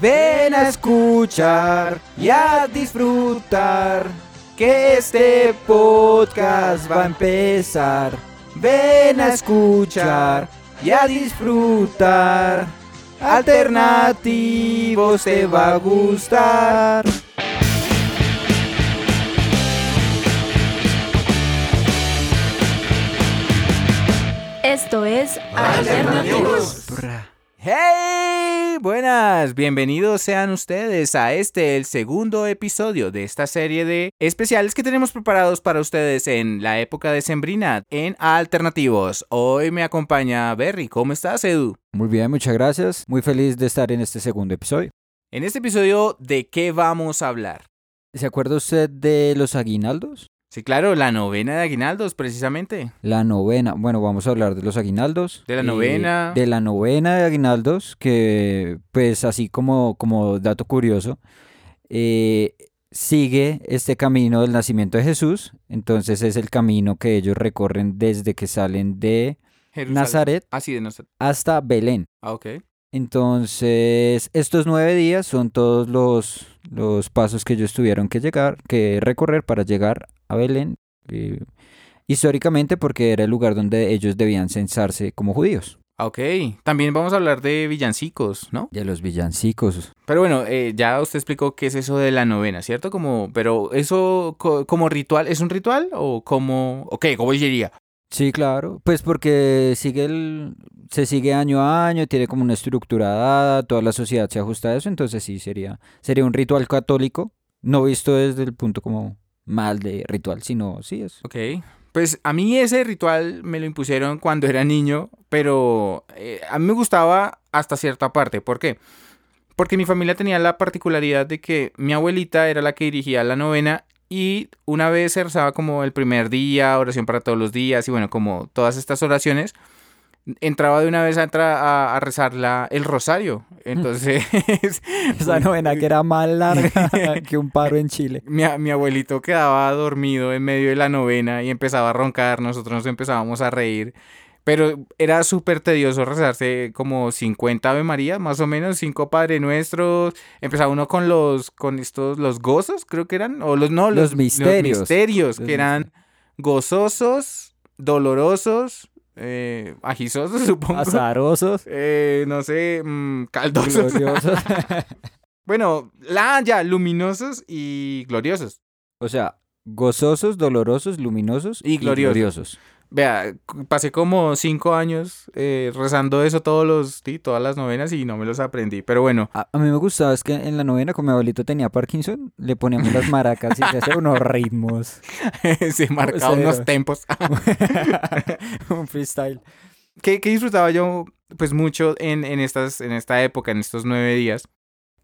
Ven a escuchar y a disfrutar que este podcast va a empezar. Ven a escuchar y a disfrutar. Alternativos te va a gustar. Esto es Alternativos. Bra. ¡Hey! Buenas, bienvenidos sean ustedes a este, el segundo episodio de esta serie de especiales que tenemos preparados para ustedes en la época de Sembrina en Alternativos. Hoy me acompaña Berry, ¿cómo estás Edu? Muy bien, muchas gracias. Muy feliz de estar en este segundo episodio. En este episodio, ¿de qué vamos a hablar? ¿Se acuerda usted de los aguinaldos? Sí, claro, la novena de Aguinaldos, precisamente. La novena. Bueno, vamos a hablar de los aguinaldos. De la Eh, novena. De la novena de aguinaldos, que pues así como, como dato curioso, eh, sigue este camino del nacimiento de Jesús. Entonces es el camino que ellos recorren desde que salen de Jerusalén. Nazaret Ah, sí, de Nazaret. hasta Belén. Ah, ok. Entonces, estos nueve días son todos los, los pasos que ellos tuvieron que llegar, que recorrer para llegar a Belén, eh, históricamente porque era el lugar donde ellos debían censarse como judíos. Ah, Ok, también vamos a hablar de villancicos, ¿no? De los villancicos. Pero bueno, eh, ya usted explicó qué es eso de la novena, ¿cierto? Como, pero eso co- como ritual, ¿es un ritual o como, ok, como diría? Sí, claro. Pues porque sigue el, se sigue año a año, tiene como una estructura dada, toda la sociedad se ajusta a eso, entonces sí sería, sería un ritual católico, no visto desde el punto como mal de ritual, sino sí es. Ok, pues a mí ese ritual me lo impusieron cuando era niño, pero eh, a mí me gustaba hasta cierta parte, ¿por qué? Porque mi familia tenía la particularidad de que mi abuelita era la que dirigía la novena y una vez se rezaba como el primer día, oración para todos los días y bueno, como todas estas oraciones, entraba de una vez a, entra- a- a rezar la- el rosario. Entonces, Esa novena que era más larga que un paro en Chile. mi, a- mi abuelito quedaba dormido en medio de la novena y empezaba a roncar, nosotros nos empezábamos a reír. Pero era súper tedioso rezarse como 50 Ave María, más o menos, 5 Padre Nuestros. Empezaba uno con los, con estos, los gozos, creo que eran, o los, no, Los misterios. misterios, Los que eran gozosos, dolorosos, eh, ajizosos, supongo. Azarosos, Eh, no sé, mm, caldosos. gloriosos. Bueno, la ya, luminosos y gloriosos. o sea, gozosos, dolorosos, luminosos Y gloriosos. Vea, cu- pasé como cinco años eh, rezando eso todos los, sí, todas las novenas y no me los aprendí. Pero bueno, A, a mí me gustaba, es que en la novena, como mi abuelito tenía Parkinson, le poníamos las maracas y se hacía unos ritmos. se marcaba Cero. unos tempos. un freestyle. que, que disfrutaba yo pues mucho en, en, estas, en esta época, en estos nueve días.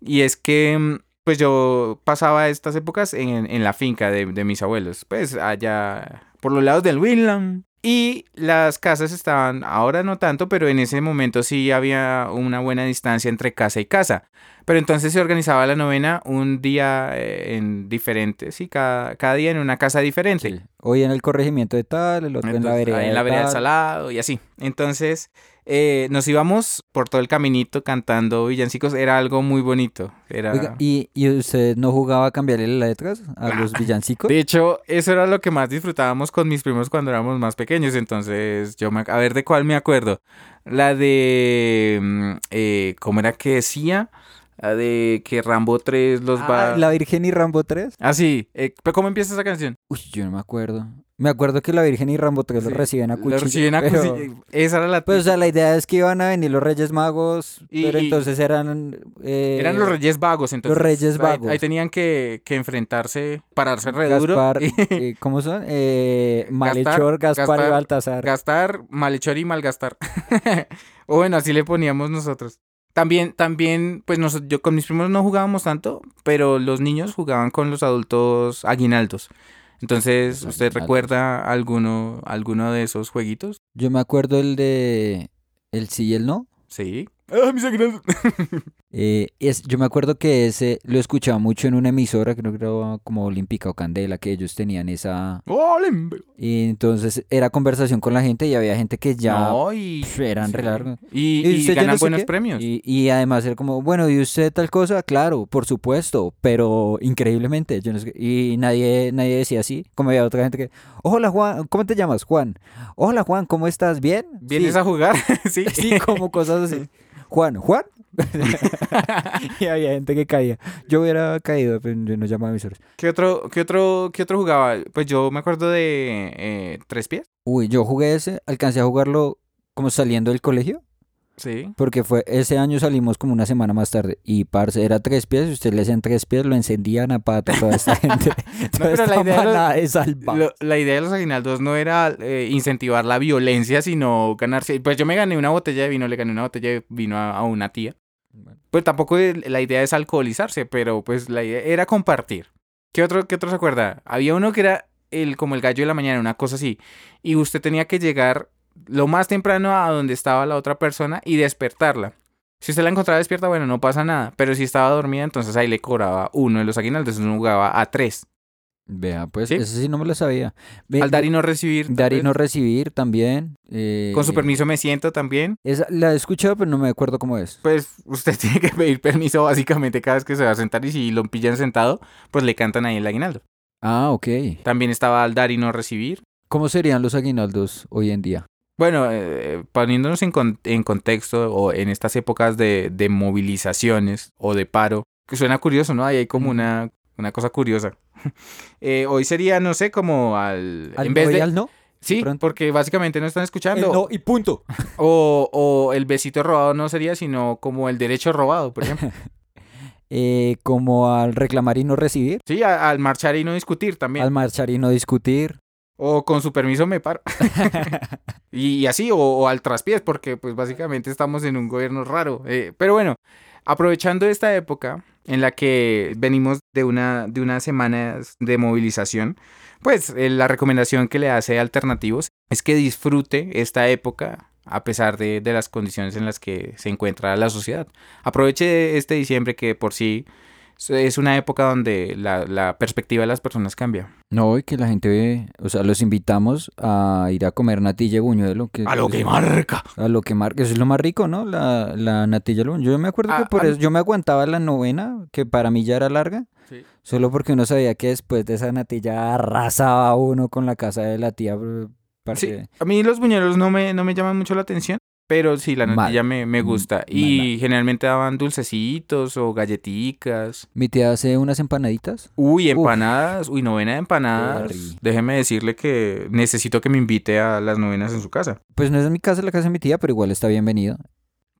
Y es que mm, pues yo pasaba estas épocas en, en la finca de, de mis abuelos, pues allá por los lados del Winland. Y las casas estaban, ahora no tanto, pero en ese momento sí había una buena distancia entre casa y casa. Pero entonces se organizaba la novena un día eh, en diferente, sí, cada, cada día en una casa diferente. Hoy en el corregimiento de tal, el otro Pues, en la Entonces, vereda. ahí de en la vereda del tal. salado y así. Entonces, eh, nos íbamos por todo el caminito cantando villancicos. Era algo muy bonito. Era... Oiga, ¿y, ¿y usted no jugaba a cambiarle las letras a los villancicos? De hecho, eso era lo que más disfrutábamos con mis primos cuando éramos más pequeños. Entonces, yo me... ac- A ver, ¿de cuál me acuerdo? La de... mm, eh, ¿Cómo era que decía? La de que Rambo 3 los va... Ah, la Virgen y Rambo 3. Ah, sí. eh, ¿pero ¿Cómo empieza esa canción? Uy, yo no me acuerdo. Me acuerdo que la Virgen y Rambo 3 Sí, lo reciben a Lo cuchillo. reciben a pero- cuchillo. Esa era la... Pues, o sea, la idea es que iban a venir los Reyes Magos, Y- pero y- entonces eran... eh, Eran los Reyes Vagos, entonces. Reyes ahí- Vagos. Ahí, tenían que, que enfrentarse, pararse re duro. Gaspar, y eh, ¿cómo son? Eh, Malhechor, Gaspar, Gaspar, y Baltasar. gastar, malhechor y malgastar. o bueno, así le poníamos nosotros. También, también, pues nos- yo con mis primos no jugábamos tanto, pero los niños jugaban con los adultos aguinaldos. Entonces, Los ¿usted aguinaldos. recuerda alguno, alguno de esos jueguitos? Yo me acuerdo el de... El sí y el no. Sí. ¡Ah, mi sagrado! Eh, es, yo me acuerdo que ese lo escuchaba mucho en una emisora, creo que era como Olímpica o Candela, que ellos tenían esa... Y entonces era conversación con la gente y había gente que ya No, y, pf, eran re largos. y, ¿Y y usted ya ganan no sé buenos qué? premios. Y, y además era como, bueno, ¿y usted tal cosa? Claro, por supuesto, pero increíblemente. Yo no sé qué- y nadie, nadie decía así. Como había otra gente que, hola Juan, ¿cómo te llamas? Juan. Hola Juan, ¿cómo estás? ¿Bien? ¿Vienes sí, a jugar? sí. sí, como cosas así. Juan, Juan. y había gente que caía. Yo hubiera caído, pero yo no llamaba a mis horas. ¿Qué otro, qué otro, qué otro jugaba? Pues yo me acuerdo de eh, Tres Pies. Uy, yo jugué ese, alcancé a jugarlo como saliendo del colegio. Sí. Porque fue ese año salimos como una semana más tarde y parce era tres pies, y ustedes le hacían tres pies, lo encendían a pata toda esta gente. toda pero la esta idea era- manada de salvajes. la idea de los aguinaldos no era eh, incentivar la violencia, sino ganarse. Pues yo me gané una botella de vino, le gané una botella de vino a, a una tía. Pues tampoco el- la idea es alcoholizarse, pero pues la idea era compartir. ¿Qué otro, qué otro se acuerda? Había uno que era el, como el gallo de la mañana, una cosa así. Y usted tenía que llegar lo más temprano a donde estaba la otra persona y despertarla. Si usted la encontraba despierta, bueno, no pasa nada. Pero si estaba dormida, entonces ahí le cobraba uno de los aguinaldos, uno jugaba a tres. Vea, pues ¿Sí? eso sí no me lo sabía. Ve- Al dar y no recibir. tal dar y vez. Eh, no recibir también. eh, Con su permiso me siento también. esa- la he escuchado, pero no me acuerdo cómo es. Pues usted tiene que pedir permiso básicamente cada vez que se va a sentar y si lo pillan sentado, pues le cantan ahí el aguinaldo. Ah, ok. También estaba al dar y no recibir. ¿Cómo serían los aguinaldos hoy en día? Bueno, eh, poniéndonos en, con- en contexto o en estas épocas de, de movilizaciones o de paro, que suena curioso, ¿no? Ahí hay como una, una cosa curiosa. Eh, hoy sería, no sé, como al... ¿Al en vez no y de... al no? Sí, pronto. porque básicamente no están El escuchando. no y punto. O, o el besito robado no sería, sino como el derecho robado, por ejemplo. Eh, como al reclamar y no recibir, Sí, a- al marchar y no discutir también. al marchar y no discutir. O con su permiso me paro. y, y así, o, o al traspiés, porque pues básicamente estamos en un gobierno raro. Eh, pero bueno, aprovechando esta época en la que venimos de una de unas semanas de movilización, pues eh, la recomendación que le hace Alternativos es que disfrute esta época a pesar de, de las condiciones en las que se encuentra la sociedad. Aproveche este diciembre que por sí es una época donde la, la perspectiva de las personas cambia. No, y que la gente ve, o sea, los invitamos a ir a comer natilla y buñuelo. Que A lo que es- marca. A lo que marca, eso es lo más rico, ¿no? La, la natilla y el buñuelo. Yo me acuerdo que Ah, por a- eso, yo me aguantaba la novena, que para mí ya era larga, solo porque uno sabía que después de esa natilla arrasaba uno con la casa de la tía. bro, parce. A mí los buñuelos no me, no me llaman mucho la atención, pero sí, la Mal. Mm, natilla me, me gusta. Y Mala. generalmente daban dulcecitos o galletitas. Mi tía hace unas empanaditas. Uy, Uf. empanadas. Uy, novena de empanadas. Qué rico. Déjeme decirle que necesito que me invite a las novenas en su casa. Pues no es en mi casa, es la casa de mi tía, pero igual está bienvenido.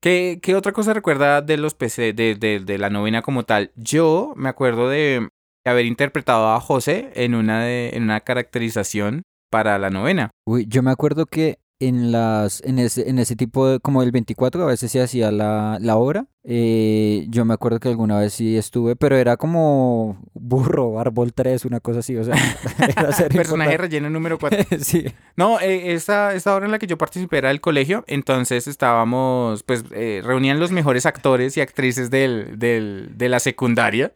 ¿Qué, qué otra cosa recuerda de los PC, de, de- de la novena como tal? Yo me acuerdo de haber interpretado a José en una, de, en una caracterización para la novena. Uy, yo me acuerdo que en las en ese, en ese tipo de, como el 24 a veces se hacía la, la obra. eh, yo me acuerdo que alguna vez sí estuve, pero era como burro, árbol 3, una cosa así, o sea, era ser Personaje importante. relleno número 4. Sí. No, eh, esta, esta obra en la que yo participé era el colegio, entonces estábamos, pues eh, reunían los mejores actores y actrices del, del- de la secundaria.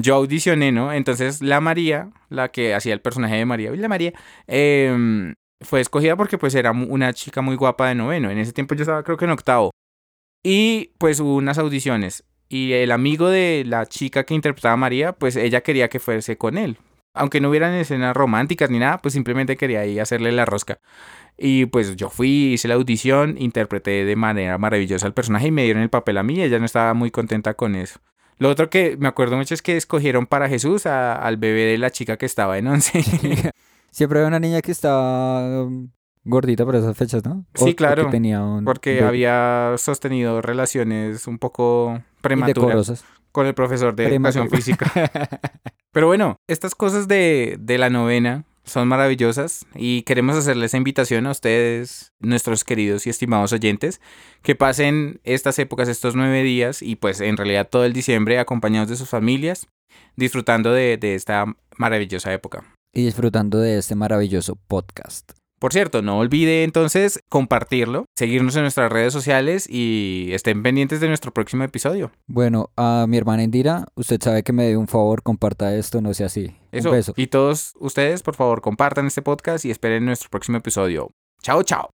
Yo audicioné, ¿no? Entonces la María, la que hacía el personaje de María, uy, la María, eh, fue escogida porque pues era mu- una chica muy guapa de noveno. En ese tiempo yo estaba creo que en octavo. Y pues hubo unas audiciones. Y el amigo de la chica que interpretaba a María, pues ella quería que fuese con él aunque no hubieran escenas románticas ni nada, pues simplemente quería ahí hacerle la rosca. Y pues yo fui, hice la audición, interpreté de manera maravillosa al personaje y me dieron el papel a mí. Ella no estaba muy contenta con eso. Lo otro que me acuerdo mucho es que escogieron para Jesús a- al bebé de la chica que estaba en once. Siempre había una niña que estaba um, gordita para esas fechas, ¿no? Sí, que claro, tenía un Porque bebé había sostenido relaciones un poco prematuras indecorosas. con el profesor de educación Prematura. física. Pero bueno, estas cosas de, de la novena son maravillosas y queremos hacerles la invitación a ustedes, nuestros queridos y estimados oyentes, que pasen estas épocas, estos nueve días y pues en realidad todo el diciembre acompañados de sus familias, disfrutando de, de esta maravillosa época. Y disfrutando de este maravilloso podcast. Por cierto, no olvide entonces compartirlo, seguirnos en nuestras redes sociales y estén pendientes de nuestro próximo episodio. Bueno, a mi hermana Indira, usted sabe que me debe un favor, comparta esto, no sea así. Eso. Un beso. Y todos ustedes, por favor, compartan este podcast y esperen nuestro próximo episodio. Chao, chao.